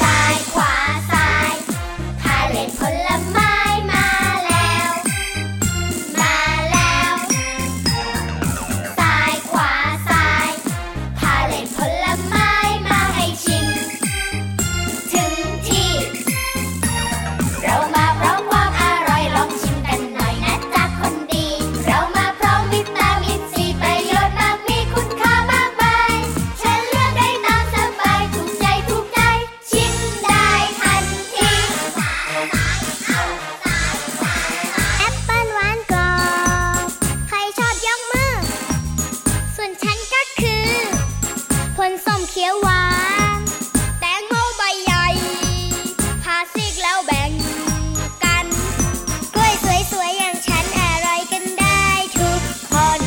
ซ้ายขวาซ้ายพาเล่นผลไม้มาแล้ว มาแล้วซ้ายขวาซ้ายพาเล่นผลไม้มาให้ชิม ถึงที่ เรามาพร้อมความอร่อยลองชิมกันหน่อยนะจ๊ะคนดี เรามาพร้อมวิตามินซีประโยชน์มากมีคุณค่ามากมายฉันเลือกได้ตามสบายถูกใจถูกใจ ชิมได้ทันที แอปเปิ้ลหวานกรอบใครชอบยกมือ ส่วนฉันก็คือ ผลส้มเขียวหวาน แตงโมใบใหญ่พาซิกแล้วแบ่งกัน กล้วยสวยๆ อย่างฉันอร่อยกันได้ทุกคน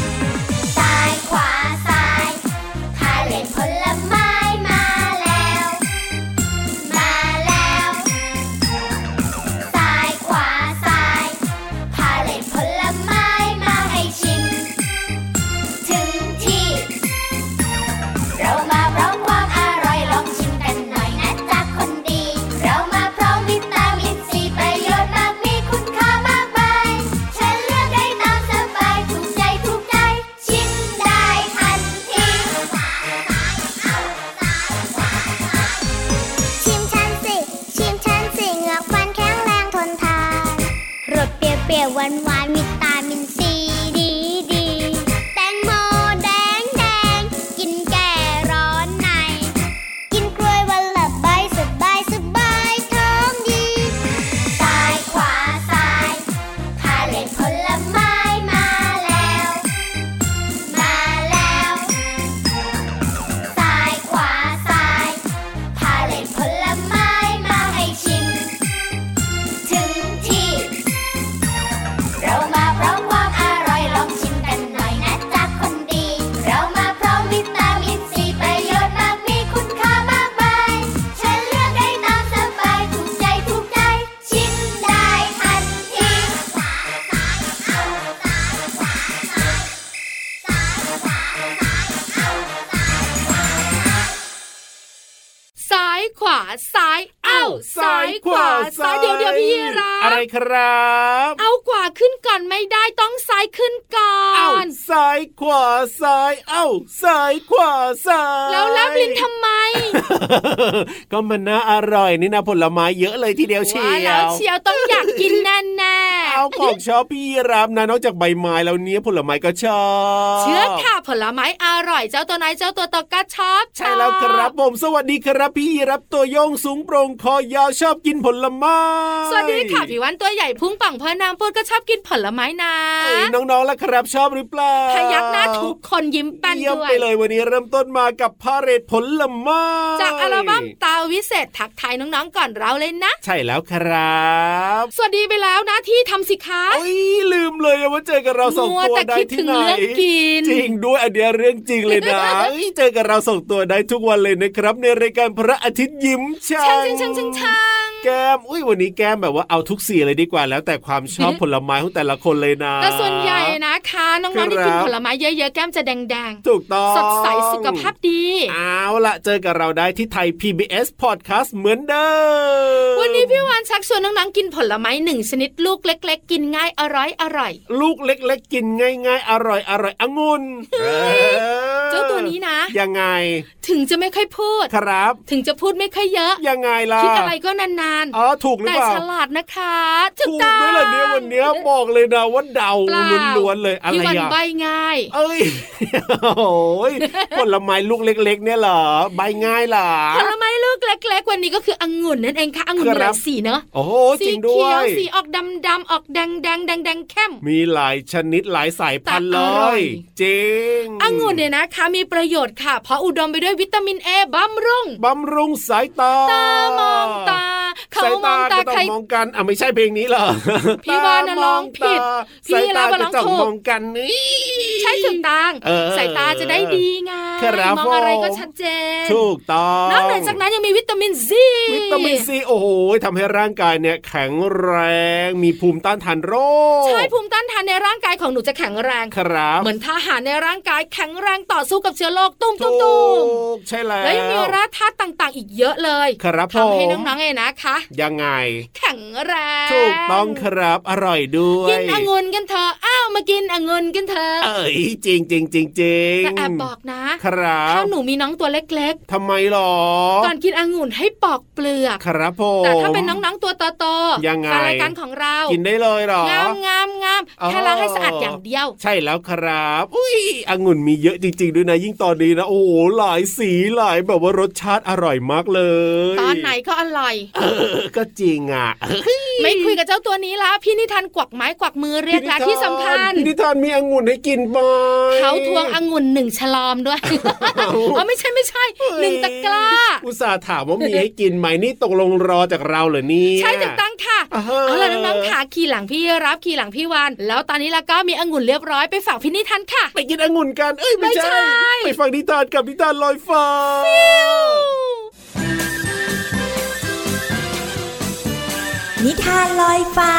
ซ้ายขวาซ้ายพาเล่นผลไม้มาแล้ว มาแล้วซ้ายขวาซ้ายพาเล่นผลไม้มาให้ชิม ถึงที่ เรามาพร้อมความอร่อยลองชิมกันหน่อยนะจ๊ะคนดี เรามาพร้อมวิตามินซีประโยชน์มากมีคุณค่ามากมายฉันเลือกได้ตามสบายถูกใจถูกใจ ชิมได้ทันที ชิมฉันสิ ชิมฉันสิเหงือกฟันแข็งแรงทนทาน รสเปรี้ยวๆหวานหวานๆมีตามินซีดีดีๆแตงโมแดงแดงๆกินแก่ร้อนใน กินกล้วยวันละใบสบายสบายท้องดี ซ้ายขวาซ้ายพาเล่นผลไม้มาแล้ว มาแล้วซ้ายขวาซ้ายพาเล่นผลไม้มาให้ชิม ถึงที่ เรามาพร้อมความอร่อยลองชิมกันหน่อยนะจ๊ะคนดี เรามาพร้อมวิตามินซีประโยชน์มากมีคุณค่ามากมายฉันเลือกได้ตามสบายถูกใจถูกใจ ชิมได้ทันที ซ้ายขวาซ้ายเอ้าซ้ายขวาซ้ายเดี๋ยวเดี๋ยวพี่ยีราฟ อะไรครับ เอาขวาขึ้นก่อนไม่ได้ต้องซ้ายขึ้นก่อ เอ้าน ซ้ายขวาซ้าย เอ้าซ้ายขวาซ้าย แล้วแลบลิ้นทำไม ก็มันน่าอร่อยนี่นะผลไม้เยอะเลยทีเดียวเชี ว่าแล้ ยว ว เชียวต้องอยากกินแน่แน่ๆ เอาของชอบพี่รับนะนอกจากใบไม้แล้วเนี้ยผลไม้ก็ชอบ เชื่อค่ะผลไม้อร่อยเจ้าตัวนายเจ้าตัวตอก็ชอบ ใช่แล้วครับผมสวัสดีครับพี่รับตัวโยงสูงโปร่งคอยาวชอบกินผลไม้ สวัสดีค่ะพี่วันตัวใหญ่พุงป่องพอนางพูดก็ชอบกินผลไม้นะ เอ้ยน้องๆล่ะครับชอบหรือเปล่า พยักหน้าทุกคนยิ้มแป้น เยี่ยม ด้ว ไป ย เลยวันนี้เริ่มต้นมากับพาเรตผลไม้ จากอัลบั้มตาวิเศษทักทายน้องๆก่อนเราเลยนะ ใช่แล้วครับ สวัสดีไปแล้วนะที่ทำสิคะ โอ้ยลืมเลยว่าเจอกับเราสอง มัว ตัว แต่ ได้ คิด ที่ ถึง ไหน เรื่องกิน จริงด้วยอันเดียเรื่องจริงเลย นะ เอ้ยเจอกับเราสองตัวได้ทุกวันเลยนะครับ ในรายการพระอาทิตย์ยิ้มช่า ช่าง งช่างช่างช่างช่าง แก้มอุ้ยวันนี้แก้มแบบว่าเอาทุกสีเลยดีกว่า แล้วแต่ความชอบผลไม้ของแต่ละคนเลยนะ แต่ส่วนใหญ่นะคะน้องๆที่ ครับ กินผลไม้เยอะๆแก้มจะแดง ถูกต้อง ๆ สดใสสุขภาพดี เอาล่ะเจอกับเราได้ที่ไทย PBS Podcast เหมือนเดิม วันนี้พี่วานชักชวนน้องๆกินผลไม้หนึ่งชนิดลูกเล็ก ๆ กินง่ายอร่อยอร่อย ลูกเล็กๆ กินง่ายๆ อร่อยอร่อยองุ่น เจ้าตัวนี้นะ ยังไง ถึงจะไม่ค่อยพูด ครับ ถึงจะพูดไม่ค่อยเยอะ ยังไงล่ะ คิดอะไรก็นาน อ๋อถูกห ๆ รือ แต่ เปล่า ฉลาดนะคะถูก ถูก ต้อง ด้วยเหรอเนี่ยวันเนี้ยบอกเลยนะว่าเดา เปล่า ล้วนๆเลยอะไร พี่วัน อ่ะ ใบง่าย เอ้ย โอ้ย ผลไม้ลูกเล็ก ๆ เนี่ยเหรอใบง่ายเหรอ ผลไม้ลูกเล็กๆ วันนี้ก็คือองุ่นนั่นเองค่ะองุ่นมีห ครั ลาย บ สีเนอะ โอ้โหจ สี ริงด้ เขี ว ยว ย สีออกดำดำๆออกแดงแดงแดงแดงๆเข้ม มีหลายชนิดหลายสายพันธุ์ แต่ เล อร่อย ย จริง องุ่นเนี่ยนะคะมีประโยชน์ค่ะ เพราะอุดมไปด้วยวิตามินเอบำรุง บำรุงสายตา ตามองตา ข เขา สาย มอ ตาง ก็ ตา ต้อ ใคร งมองกันอ่ะไม่ใช่เพลงนี้เหรอ พี่วานน่ะร้องผิดพี่ สาย รั ตา บว่าร้ ก็ อง ต้อง ถูก มองกันนี่ ใช่ถูกต้อง เออ สายตาจะได้ดีไง ครับ มองอะไร ผม ก็ชัดเจน ถูกต้อง นอกเหนือจากนั้นยังมีวิตามินซี วิตามินซีโอ้โหทำให้ร่างกายเนี่ยแข็งแรงมีภูมิต้านทานโรค ใช่ภูมิต้านทานในร่างกายของหนูจะแข็งแรง ครับ เหมือนทหารในร่างกายแข็งแรงต่อสู้กับเชื้อโรคตุ้ม ถู ตุ้มตุ้ม กใช่แล้ว แล้วยังมีแร่ธาตุต่างๆ อีกเยอะเลย ครับ ทำให้ ผม น้องๆเองนะคะ ยังไง แข็งแรง ถูกต้องครับอร่อยด้ว กิ ย นองุ่นกันเถอะอ้าวมากินองุ่นกันเถอะ เอ้ยจริงจริงจริงจริง แต่แอบบอกนะครับ ถ้าหนูมีน้องตัวเล็ก ทำไมหรอ ๆก่อนกินองุ่นให้ปอกเปลือก ครับผม แต่ถ้าเป็นน้องๆตัวโตๆ ยังไง แฟนรายการของเรา กินได้เลยเหรอ งามงามงาม อ๋อ แค่ล้างให้สะอาดอย่างเดียว ใช่แล้วครับ อุ้ยองุ่นมีเยอะจริง ๆ ด้วยนะยิ่งตอนนี้นะ โอ้โหหลายสีหลายแบบว่ารสชาติอร่อยมากเลย ตอนไหนก็อร่อย เออก็จริงอ่ะ ไม่คุยกับเจ้าตัวนี้แล้วพี่นิทานกวักไม้กวักมือเรียกแล้วที่สำคัญ พินิธานมีองุ่นให้กินบ้าง เขาทวงองุ่นหนึ่งฉลอมด้วย เอ้า อ๋อไม่ใช่ไม่ใช่หนึ่งตะกร้า อุตส่าห์ถามว่ามีให้กินไหมนี่ตกลงรอจากเราเหรอเนี่ย ใช่ถูกต้องค่ะ อ่าฮะ เอาล่ะน้องๆค่ะขี่หลังพี่รับขี่หลังพี่วัน แล้วตอนนี้ละก็มีองุ่นเรียบร้อยไปฝากพี่นิทานค่ะ ไปกินองุ่นกัน เอ้ยไม่ไม่ใชใช่่ ไปฟังนิทานกับนิทานลอยฟ้า นิทานลอยฟ้า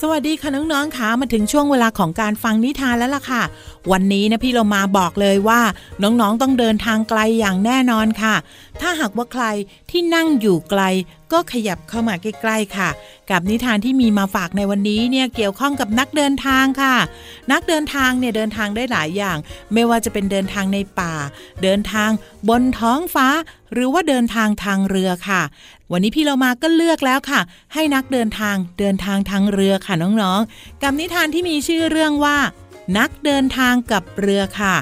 สวัสดีค่ะน้องๆค่ะมาถึงช่วงเวลาของการฟังนิทานแล้วล่ะค่ะ วันนี้นะพี่เรามาบอกเลยว่า น้องๆต้องเดินทางไกลอย่างแน่นอนค่ะ ถ้าหากว่าใครที่นั่งอยู่ไกล ก็ขยับเข้ามาใกล้ๆค่ะ กับนิทานที่มีมาฝากในวันนี้เนี่ยเกี่ยวข้องกับนักเดินทางค่ะ นักเดินทางเนี่ยเดินทางได้หลายอย่าง ไม่ว่าจะเป็นเดินทางในป่า เดินทางบนท้องฟ้า หรือว่าเดินทางทางเรือค่ะ วันนี้พี่เรามาก็เลือกแล้วค่ะ ให้นักเดินทางเดินทางทางเรือค่ะน้องๆ กับนิทานที่มีชื่อเรื่องว่า นักเดินทางกับเรือค่ะ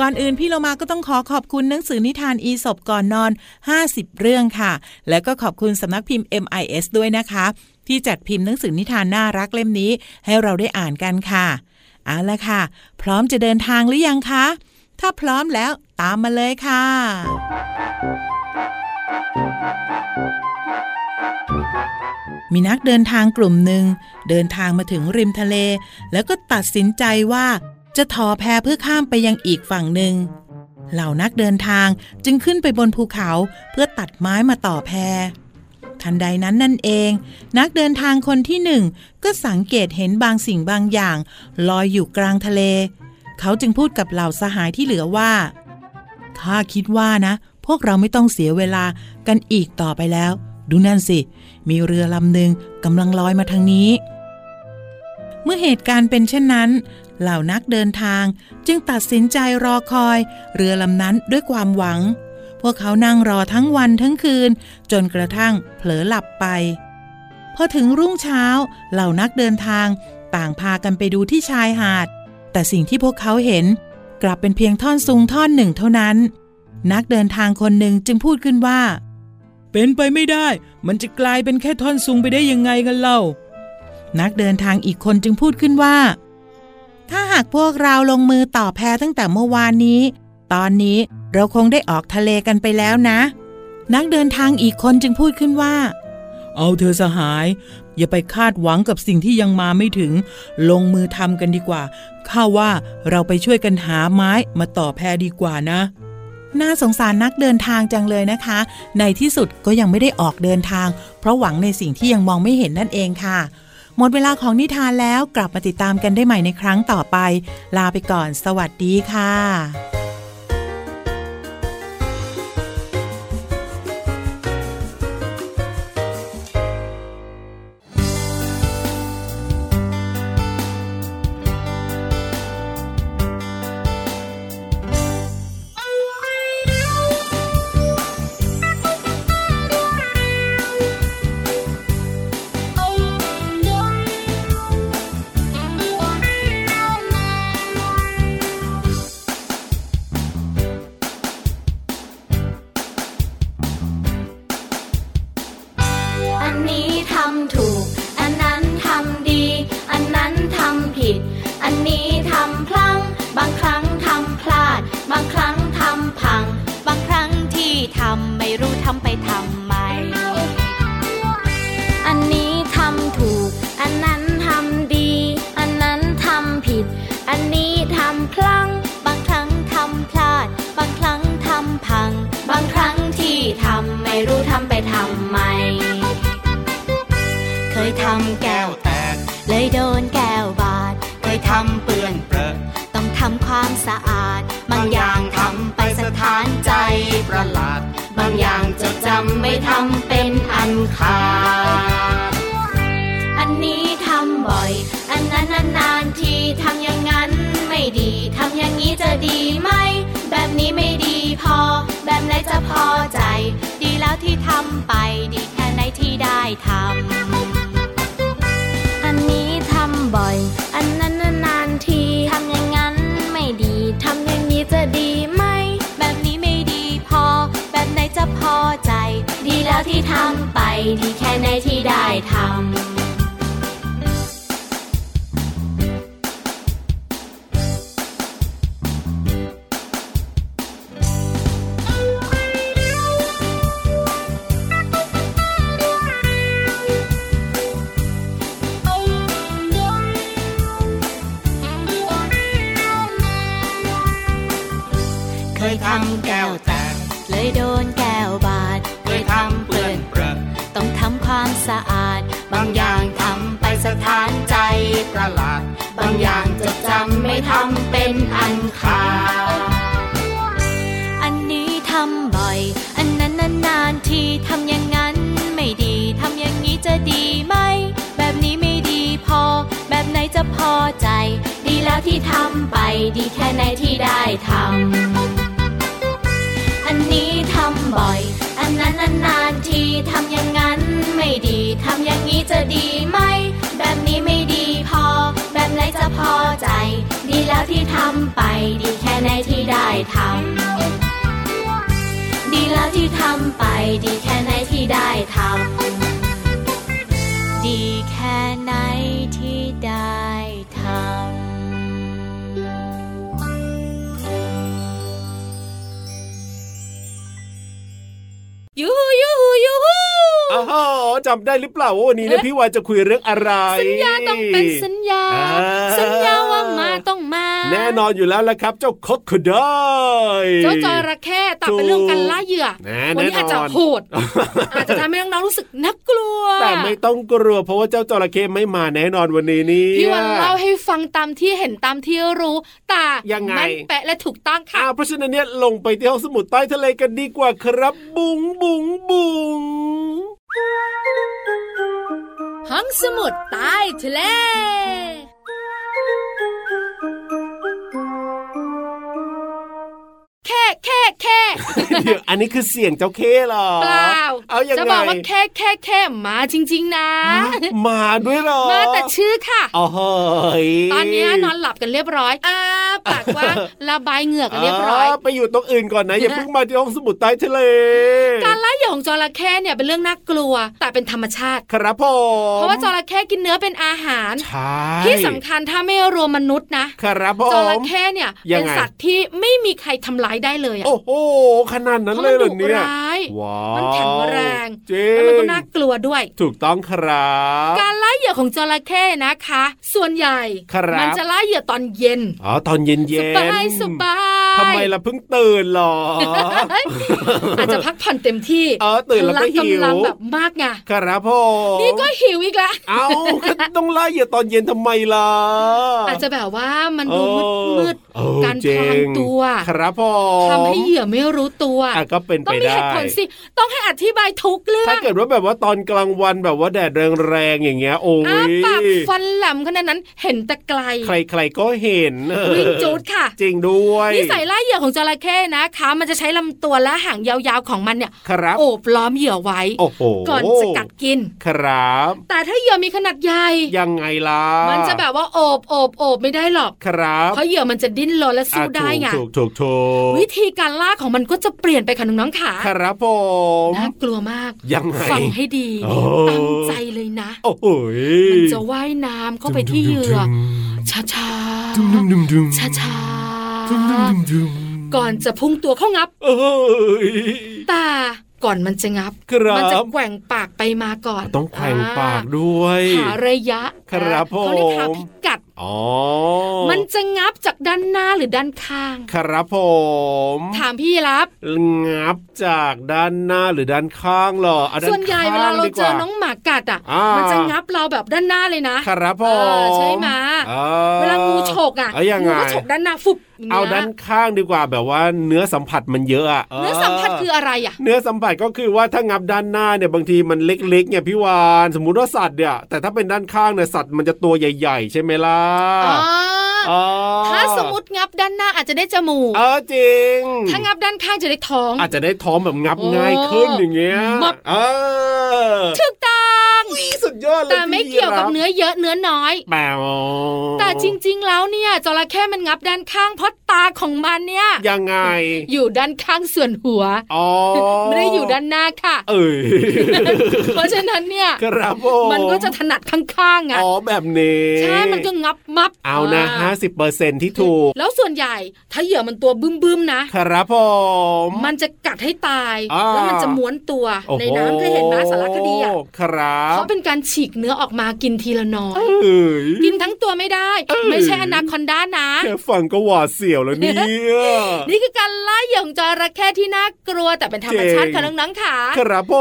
ก่อนอื่นพี่เรามาก็ต้องขอขอบคุณหนังสือนิทานอีสบก่อนนอน 50 เรื่องค่ะ แล้วก็ขอบคุณสำนักพิมพ์ MIS ด้วยนะคะ ที่จัดพิมพ์หนังสือนิทานน่ารักเล่มนี้ ให้เราได้อ่านกันค่ะ เอาละค่ะ พร้อมจะเดินทางหรือยังคะ ถ้าพร้อมแล้วตามมาเลยค่ะ มีนักเดินทางกลุ่มหนึ่ง เดินทางมาถึงริมทะเล แล้วก็ตัดสินใจว่าจะถอแพเพื่อข้ามไปยังอีกฝั่งหนึ่ง เหล่านักเดินทางจึงขึ้นไปบนภูเขาเพื่อตัดไม้มาต่อแพ ทันใดนั้นนั่นเอง นักเดินทางคนที่หนึ่งก็สังเกตเห็นบางสิ่งบางอย่าง ลอยอยู่กลางทะเล เขาจึงพูดกับเหล่าสหายที่เหลือว่า ข้าคิดว่านะ พวกเราไม่ต้องเสียเวลากันอีกต่อไปแล้ว ดูนั่นสิ มีเรือลำหนึ่งกำลังลอยมาทางนี้ เมื่อเหตุการณ์เป็นเช่นนั้น เหล่านักเดินทางจึงตัดสินใจรอคอย เรือลำนั้นด้วยความหวัง พวกเขานั่งรอทั้งวันทั้งคืน จนกระทั่งเผลอหลับไป พอถึงรุ่งเช้า เหล่านักเดินทาง ต่างพากันไปดูที่ชายหาด แต่สิ่งที่พวกเขาเห็น กลับเป็นเพียงท่อนซุงท่อนหนึ่งเท่านั้น นักเดินทางคนหนึ่งจึงพูดขึ้นว่า เป็นไปไม่ได้ มันจะกลายเป็นแค่ท่อนซุงไปได้ยังไงกันเล่า นักเดินทางอีกคนจึงพูดขึ้นว่า ถ้าหากพวกเราลงมือต่อแพตั้งแต่เมื่อวานนี้ ตอนนี้เราคงได้ออกทะเลกันไปแล้วนะ นักเดินทางอีกคนจึงพูดขึ้นว่า เอาเธอสหาย อย่าไปคาดหวังกับสิ่งที่ยังมาไม่ถึง ลงมือทำกันดีกว่าข้าว่าเราไปช่วยกันหาไม้มาต่อแพดีกว่านะ น่าสงสารนักเดินทางจังเลยนะคะ ในที่สุดก็ยังไม่ได้ออกเดินทาง เพราะหวังในสิ่งที่ยังมองไม่เห็นนั่นเองค่ะ หมดเวลาของนิทานแล้วกลับมาติดตามกันได้ใหม่ในครั้งต่อไป ลาไปก่อน สวัสดีค่ะ อันนี้ทำถูก อันนั้นทำดี อันนั้นทำผิด อันนี้ทำ แก้วแตก เลยโดนแก้วบาด ไปทำเปื้อนเปรอะ ต้องทำความสะอาด บางอย่างทำไปสถานใจ ประหลาด บางอย่างจดจำไม่ทำเป็นอันขาด อันนี้ทำบ่อย อันนั้นนานๆทีทำอย่างนั้นไม่ดี ทำอย่างนี้จะดีไหม แบบนี้ไม่ดีพอ แบบไหนจะพอใจ ดีแล้วที่ทำไป ดีแค่ไหนที่ได้ทำ อันนี้ทำบ่อย อันนั้นนานๆทีทำอย่างนั้นไม่ดี ทำอย่างนี้จะดีไหม แบบนี้ไม่ดีพอ แบบไหนจะพอใจ ดีแล้วที่ทำไป ดีแค่ไหนที่ได้ทำ เคยทำแก้วแตก เลยโดนแก้วบาด เคยทำเปื้อนเปรอะ ต้องทำความสะอาด บางอย่างทำไปสถานใจประหลาด บางอย่างจดจำไม่ทำเป็นอันขาด อันนี้ทำบ่อย อันนั้นนานๆทีทำอย่างนั้นไม่ดี ทำอย่างนี้จะดีไหม แบบนี้ไม่ดีพอ แบบไหนจะพอใจ ดีแล้วที่ทำไป ดีแค่ไหนที่ได้ทำ อันนี้ทำบ่อย อันนั้นนานๆทีทำอย่างนั้นไม่ดี ทำอย่างนี้จะดีไหม แบบนี้ไม่ดีพอ แบบไหนจะพอใจ ดีแล้วที่ทำไป ดีแค่ไหนที่ได้ทำ ดีแล้วที่ทำไป ดีแค่ไหนที่ได้ทำ ดีแค่ไหนที่ได้ทำ ยูฮูยูฮูยูฮู อ้าวจำได้หรือเปล่าว่าวันนี้เนี่ยพี่วานจะคุยเรื่องอะไร สัญญาต้องเป็นสัญญา อ่ สัญญาว่ามาต้องมา แน่นอนอยู่แล้วละครับ เจ้าคอกคดาย เจ้าจระเข้ตัดเป็นเรื่องการล่าเหยื่อ แน่ วันี้ แน่นออาจนจะโห ด อาจจะทำให้น้องๆรู้สึกน่ากลัว แต่ไม่ต้องกลัวเพราะว่าเจ้าจระเข้ไม่มาแน่นอนวันนี้นี่ พี่วันเล่าให้ฟังตามที่เห็นตามที่รู้แต่ ยังไง แม่นแปะและถูกต้องค่ะ อ่าเพราะฉะนั้นเนี่ยลงไปที่ห้องสมุดใต้ทะเลกันดีกว่าครับ บุงบุงบุง ห้องสมุดใต้ทะเล แค่แค่แค่ เดี๋ยวอันนี้คือเสียงเจ้าเข้เหรอ เปล่า เอายังไง จะบอกว่าแค่แค่แค่มาจริง ๆ นะ ฮะมาด้วยเหรอ มาแต่ชื่อค่ะ โอ้โหย ตอนนี้นอนหลับกันเรียบร้อยอ้าปาก ว่างระบายเหงื่อกันเรียบร้อย าไปอยู่ตรงอื่นก่อนนะ อย่าเพิ่งมาที่ห้องสมุดใต้ทะเล การล่าเหยื่อของจระเข้เนี่ยเป็นเรื่องน่ากลัว แต่เป็นธรรมชาติ ครับผ เพ ม ราะว่าจระเข้กินเนื้อเป็นอาหาร ใช่ ที่สำคัญถ้าไม่รวมมนุษย์นะ ครับผ จระ ม เข้เนี่ย ยั เป็ ง น ไง สัตว์ที่ไม่มีใครทำร้ายได้เลยอะ โอ้โหขนาด เพ นั้น ราะ เล มันยเหร ดุ อเนี่ย ร้าย ว้าว มันแข็งแรง จริ แล้วมันก็ ง น่ากลัวด้วย ถูกต้องครับ การล่าเหยื่อของจระเข้นะคะ ส่วนใหญ่ ครับ มัจะล่าเหยื่อตอนเย็น อ๋อตอนเย็นเย็ ส น บายสบาย ทำไมล่ะเพิ่งตื่นเหรอ อาจจะพักผ่อนเต็มที่ เออตื่นแล้วก็หิว พะกำลังแบบมากไง ครับผม นี่ก็หิวอีกละ เอาก็ต้องไล่อย่าตอนเย็นทำไมล่ะ อาจจะแบบว่ามันดูมืดมืดๆ เออ การ เจ๋ พรางตัว ครับผม ทำให้เหยื่อไม่รู้ตัว อ่ะก็เป็น ต้ ไป องมี ได้ เหตุผลสิ ต้องให้อธิบายทุกเรื่อ ถ้าง เกิดว่าแบบว่าตอนกลางวันแบบว่าแดดแรงๆอย่างเงี้ย โอ้ อ้าย ปากฟันแหลมขนาดนั้นเห็นแต่ไกล ใครๆก็เห็นเออ วิ่งจูดค่ะ จริงด้วย นิสัยล่าเหยื่อของจระเข้นะคะ มันจะใช้ลำตัวและหางยาวๆของมันเนี่ย ครับ โอบล้อมเหยื่อไว้ โอ้โห ก่อนจะกัดกิน ครับ แต่ถ้าเหยื่อมีขนาดใหญ่ ยังไงล่ะ มันจะแบบว่าโอบโอบโอบไม่ได้หรอก ครับ เพราะเหยื่อมันจะดิ้นรนและสู้ได้ไง อ่ะถูกถูกถูก วิธีการล่าของมันก็จะเปลี่ยนไปค่ะน้องๆขา ครับผม น่ากลัวมาก ยังไง ฟังให้ดี โอ้ ตั้งใจเลยนะ โอ้โหย มันจะว่ายน้ำเข้าไปที่เหยื่อช้า ดุมดุมดุม ๆช้า ดุมดุมดุม ๆก่อนจะพุ่งตัวเข้างับ เอ้ย แต่ ก่อนมันจะงับ ครับ มัจะแกว่งปากไปมาก่อน ต้องแขวงปากด้วย หาระยะ ครับ อ่าเขาเรียกหา ผม พิกัด อ๋อ มันจะงับจากด้านหน้าหรือด้านข้าง ครับผม ถามพี่รับ งับจากด้านหน้าหรือด้านข้างเหรอเอาด้า ส่วนใหญ่เวลาเรา ข้ดี เจ ก อน้องหมากัดอ่ะ อ่ามั มันจะงับเราแบบด้านหน้าเลยนะ ครับผ เออ ม ใช่ไหม ออ เวลางูฉกอ่ะ เยยัง งู ไง ก็ฉกด้านหน้าฟุบย่งงี้ย เอาด้านข้างดีกว่าแบบว่าเนื้อสัมผัสมันเยอะอะ เนื้อสัมผัสคืออะไรอ่ะ เนื้อสัมผัสก็คือว่าถ้างับด้านหน้าเนี่ยบางทีมันเล็กๆเนี่ยพี่วานสมมุติว่าสัตว์เนี่ยแต่ถ้าเป็นด้านข้างเนี่ยสัตว์มันจะตัวใหญ่ ๆ ใช่ไหมล่ะ อ๋ออ อ๋อ ถ้าสมมติงับด้านหน้าอาจจะได้จมูก เออจริง ถ้างับด้านข้างจะได้ท้อง อาจจะได้ท้องแบบงับ โอ้ ง่ายขึ้นอย่างเงี้ย มับ เออ ถูกต้อง อุ๊ยสุดยอดเลย แต่ไม่เกี่ยวกับเนื้อเยอะเนื้อน้อย แปลว่า แต่จริงๆ แล้วเนี่ยจระเข้มันงับด้านข้างเพราะตาของมันเนี่ย ยังไง อยู่ด้านข้างส่วนหัว อ๋อ ไม่ได้อยู่ด้านหน้าค่ะ เอ้ย เพราะฉะนั้นเนี่ย ครับผม มันก็จะถนัดข้างๆไง อ๋อแบบนี้ ใช่มันก็งับมับ เอานะ อ่ ห้าสิบเปอร์เซ็นที่ถูก แล้วส่วนใหญ่ถ้าเหยื่อมันตัวบึ้มๆนะ ครับผม มันจะกัดให้ตาย อ่า แล้วมันจะม้วนตัว โอ้โ ในน้ำเคยเห็นไหมสารคดีอ่ะ ครับ เขาเป็นการฉีกเนื้อออกมากินทีละน้อย เอ้ย กินทั้งตัวไม่ได้ เอ้ย ไม่ใช่อนาคอนด้านะ แค่ฟังก็หวาดเสียวแล้วเนี่ย นี่คือการล่าเหยื่อของจระเข้ที่น่ากลัวแต่เป็นธรรมชาติ เจ๋ ค่ะ ง น้องๆค่ะ ครับผ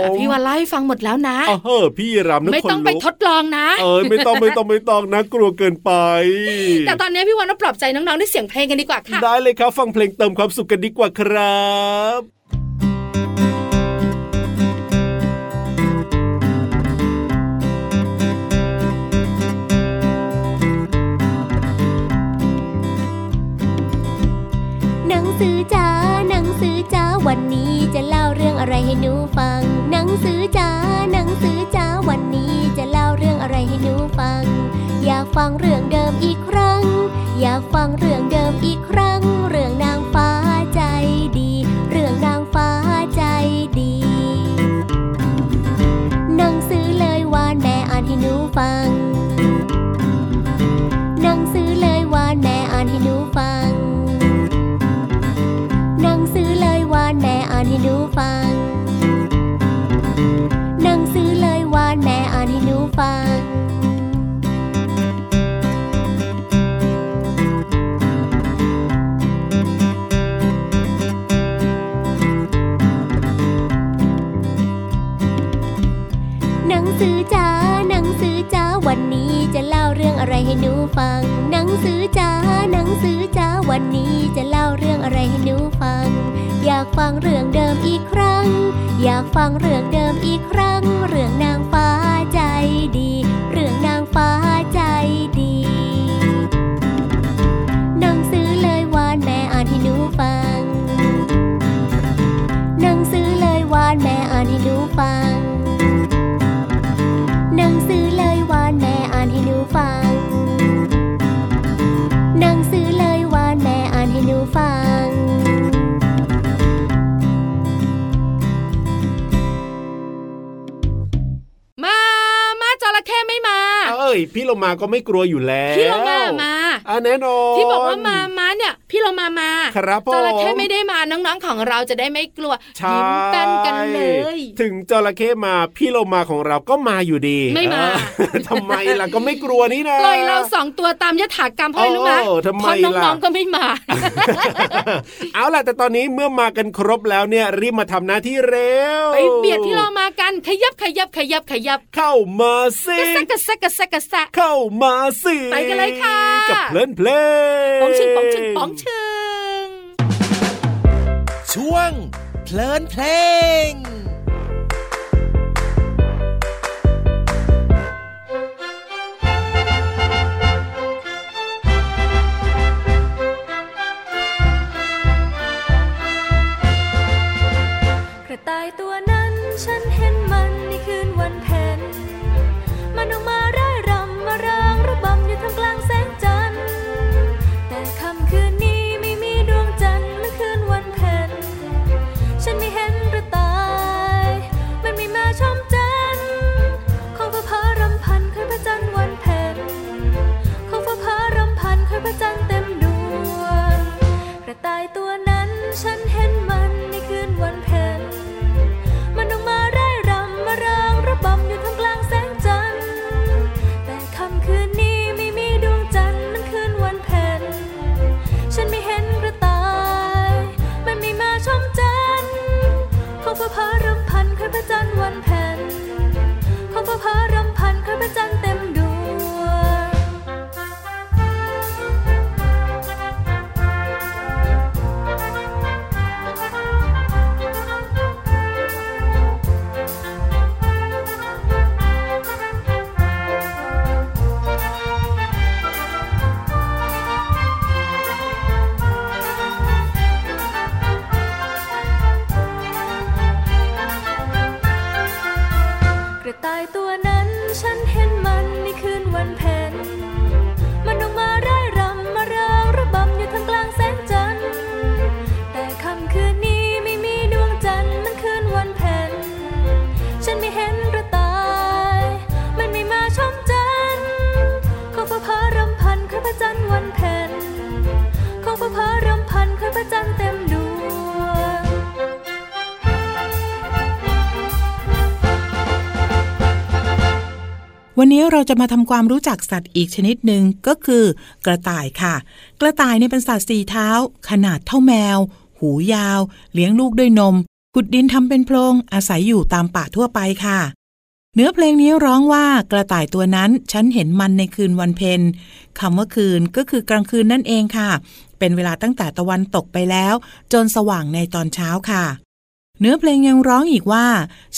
แต่ ม พี่วันเล่าให้ฟังหมดแล้วนะ เออเฮ้อพี่รำนึก ไม่ คน ต้องไป ลุก ทดลองนะ เอ้ยไม่ต้องไม่ต้องไม่ต้องนะกลัวเกินไป แต่ตอนนี้พี่วันต้องปลอบใจน้องๆด้วยเสียงเพลงกันดีกว่าค่ะ ได้เลยครับ ฟังเพลงเติมความสุขกันดีกว่าครับ หนังสือจ๋าหนังสือจ๋าวันนี้จะเล่าเรื่องอะไรให้หนูฟัง หนังสือจ๋าหนังสือจ๋าวันนี้จะเล่าเรื่องอะไรให้หนูฟัง อยากฟังเรื่องเดิมอีกครั้ง อยากฟังเรื่องเดิมอีกครั้ง เรื่องนางฟ้าใจดี เรื่องนางฟ้าใจดี หนังสือเลยวานแม่อ่านให้หนูฟัง หนังสือเลยวานแม่อ่านให้หนูฟัง หนังสือเลยวานแม่อ่านให้หนูฟัง หนังสือเลยวานแม่อ่านให้หนูฟัง หนังสือจ๋า หนังสือจ๋า วันนี้จะเล่าเรื่องอะไรให้หนูฟัง หนังสือจ๋า หนังสือจ๋า วันนี้จะเล่าเรื่องอะไรให้หนูฟัง อยากฟังเรื่องเดิมอีกครั้ง อยากฟังเรื่องเดิมอีกครั้ง เรื่องนางฟ้าใจดี เรื่องนางฟ้าใจดี หนังสือเลยวานแม่อ่านให้หนูฟัง หนังสือเลยวานแม่อ่านให้หนูฟัง หนังสือเลยวานแม่อ่านให้หนูฟัง หนังสือเลยวานแม่อ่านให้หนูฟัง มามาจระเข้ไม่มา เอ้ย พี่โลมาก็ไม่กลัวอยู่แล้ว พี่เรามามา อ่ะแน่นอน ที่บอกว่ามามาเนี่ย พี่เรามามา ครับผม จระเข้ไม่ได้มาน้องๆของเราจะได้ไม่กลัว ใช่ ยิ้มแป้นกันเลย ถึงจระเข้มาพี่โลมาของเราก็มาอยู่ดี ไม่มา เออ ทำไมล่ะก็ไม่กลัวนี่นะ ปล่อยเราสองตัวตามยถากรรมเพราะอะไรรู้ไหม โอ้ทำไม เพราะ ล่ะ น้องๆก็ไม่มา เอาล่ะแต่ตอนนี้เมื่อมากันครบแล้วเนี่ยรีบมาทำหน้าที่เร็ว ไปเบียดที่เรามากันขยับขยับขยับขยับ เข้ามาสิ กระแซะกระแซะกระแซะกระแซะ เข้ามาสิ ไปกันเลยค่ะ กับเพลินเพลง ป๋องชึงป๋องชึงป๋องชึง ช่วง เพลินเพลง กระต่ายตัวนั้นฉันเห็นมันในคืนวันเพ็ญมันออกมาร่ายรำมารางระบำอยู่ท่ามกลางแสงจันทร์ แต่ค่ำคืนนี้ไม่มีดวงจันทร์ในคืนวันเพ็ญฉันไม่เห็นกระต่าย ายตัวนั้น ฉันเห็นมันในคืนวันเพ็ญมันออกมาร่ายรำมาราวระบำอยู่ท่ามกลางแสงจันทร์ แต่ค่ำคืนนี้ไม่มีดวงจันทร์มันคืนวันเพ็ญฉันไม่เห็นกระต่าย มันไม่มาชมจันทร์ขอฟ้าพารำพันข้าพระจันทร์วันเพ็ญขอฟ้าพารำพันข้าพระจันทร์เต็มดวง วันนี้เราจะมาทำความรู้จักสัตว์อีกชนิดหนึ่งก็คือ กระต่ายค่ะ กระต่ายเนี่ยเป็นสัตว์สี่เท้า ขนาดเท่าแมว หูยาว เลี้ยงลูกด้วยนม ขุดดินทำเป็นโพรงอาศัยอยู่ตามป่าทั่วไปค่ะ เนื้อเพลงนี้ร้องว่ากระต่ายตัวนั้น ฉันเห็นมันในคืนวันเพ็ญคำว่าคืนก็คือกลางคืนนั่นเองค่ะ เป็นเวลาตั้งแต่ตะวันตกไปแล้ว จนสว่างในตอนเช้าค่ะ เนื้อเพลงยังร้องอีกว่า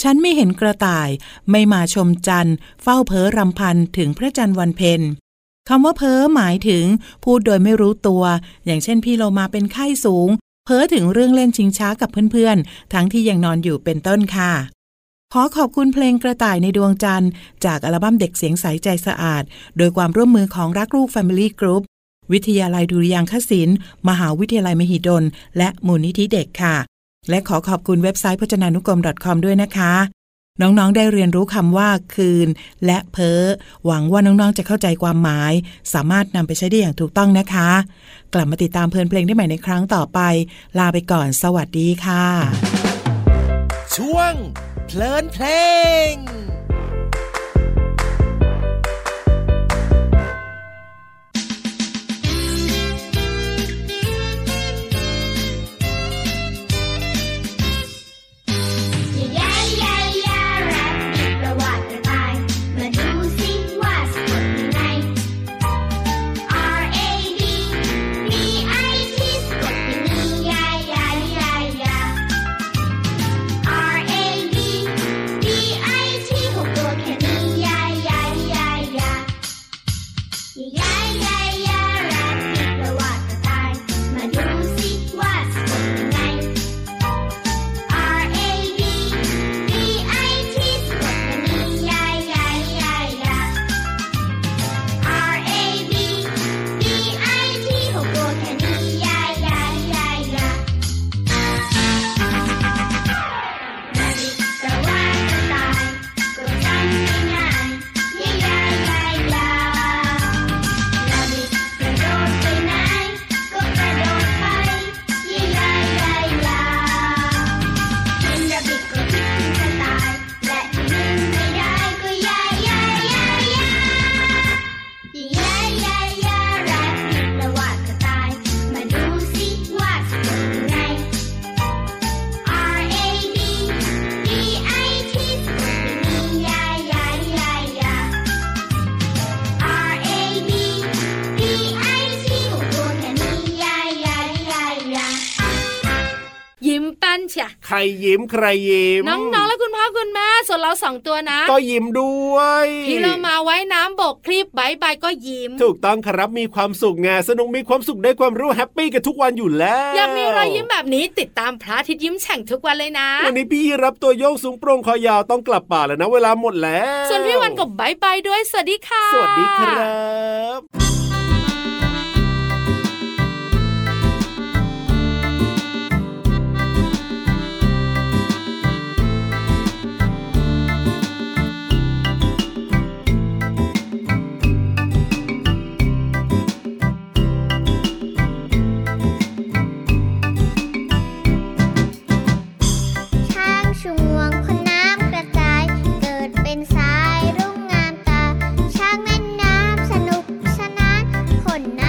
ฉันไม่เห็นกระต่าย ไม่มาชมจันทร์ เฝ้าเพ้อรำพันถึงพระจันทร์วันเพ็ญคำว่าเพ้อหมายถึง พูดโดยไม่รู้ตัว อย่างเช่นพี่โลมาเป็นไข้สูง เพ้อถึงเรื่องเล่นชิงช้ากับเพื่อนๆ ทั้งที่ยังนอนอยู่เป็นต้นค่ะ ขอขอบคุณเพลงกระต่ายในดวงจันทร์ จากอัลบั้มเด็กเสียงใสใจสะอาด โดยความร่วมมือของรักลูก Family Group วิทยาลัยดุริยางคศิลป์มหาวิทยาลัยมหิดล และมูลนิธิเด็กค่ะ และขอขอบคุณเว็บไซต์พจนานุกรม .com ด้วยนะคะ น้องๆ ได้เรียนรู้คำว่าคืน และเพ้อ หวังว่าน้องๆ จะเข้าใจความหมาย สามารถนำไปใช้ได้อย่างถูกต้องนะคะ กลับมาติดตามเพลินเพลงได้ใหม่ในครั้งต่อไป ลาไปก่อน สวัสดีค่ะ ช่วง เพลินเพลง ยายยายยาแรปปิดประวัติกระต่าย มาดูสิว่าสะกดยังไง R A B B I T สะกดอย่างนี้ยายยายยายยา R A B B I T หกตัวแค่นี้ยายยายยายยา ยายยายยาแรปปิดประวัติกระต่าย มาดูสิว่าสะกดยังไง R A B B I T สะกดแบบนี้ยายยายยายยา R A B B I T หกตัวแค่นี้ยายยายยายยาแต่ว่าจะตายก็ทำไม่ง่ายยายยายยาย เราบิดกระโดดไปไหนก็กระโดดไปยิ่งยายยายยาวเห็นเราบิดก็คิดถึงจะตาย และที่มันไม่ได้ก็ยายยายยายยายยิ่งยายยายยายแรปบิดระหว่างจะตาย มาดูสิว่าจะเป็นยังไง R A B B I T สะกดเป็นยิ่งยายยายยายยา R A B B I T หกตัวแค่นี้ยายยายยายยาย ยิ้มแป้นเชีย ใครยิ้มใครยิ้ม น้องๆและคุณพ่อคุณแม่ส่วนเราสองตัวนะ ก็ยิ้มด้วย พี่เรามาไว้น้ำบกคลิปบายบายก็ยิ้ม ถูกต้องครับมีความสุขไงสนุกมีความสุขได้ความรู้แฮปปี้กันทุกวันอยู่แล้ว อยากมีรอยยิ้มแบบนี้ติดตามพระอาทิตย์ยิ้มแฉ่งทุกวันเลยนะ วันนี้พี่รับตัวโยงสูงโปร่งคอยาวต้องกลับป่าแล้วนะเวลาหมดแล้ว ส่วนพี่วันกับบายบายด้วย สวัสดีค่ะ สวัสดีครับ ช้างชวงคนน้ำกระจาย เกิดเป็นสายรุ่งงามตา ช้างแม่น้ำสนุกสน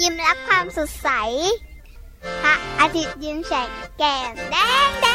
ยิ้มรับความสดใส พระอาทิตย์ยิ้มแฉกแก้มแดงแด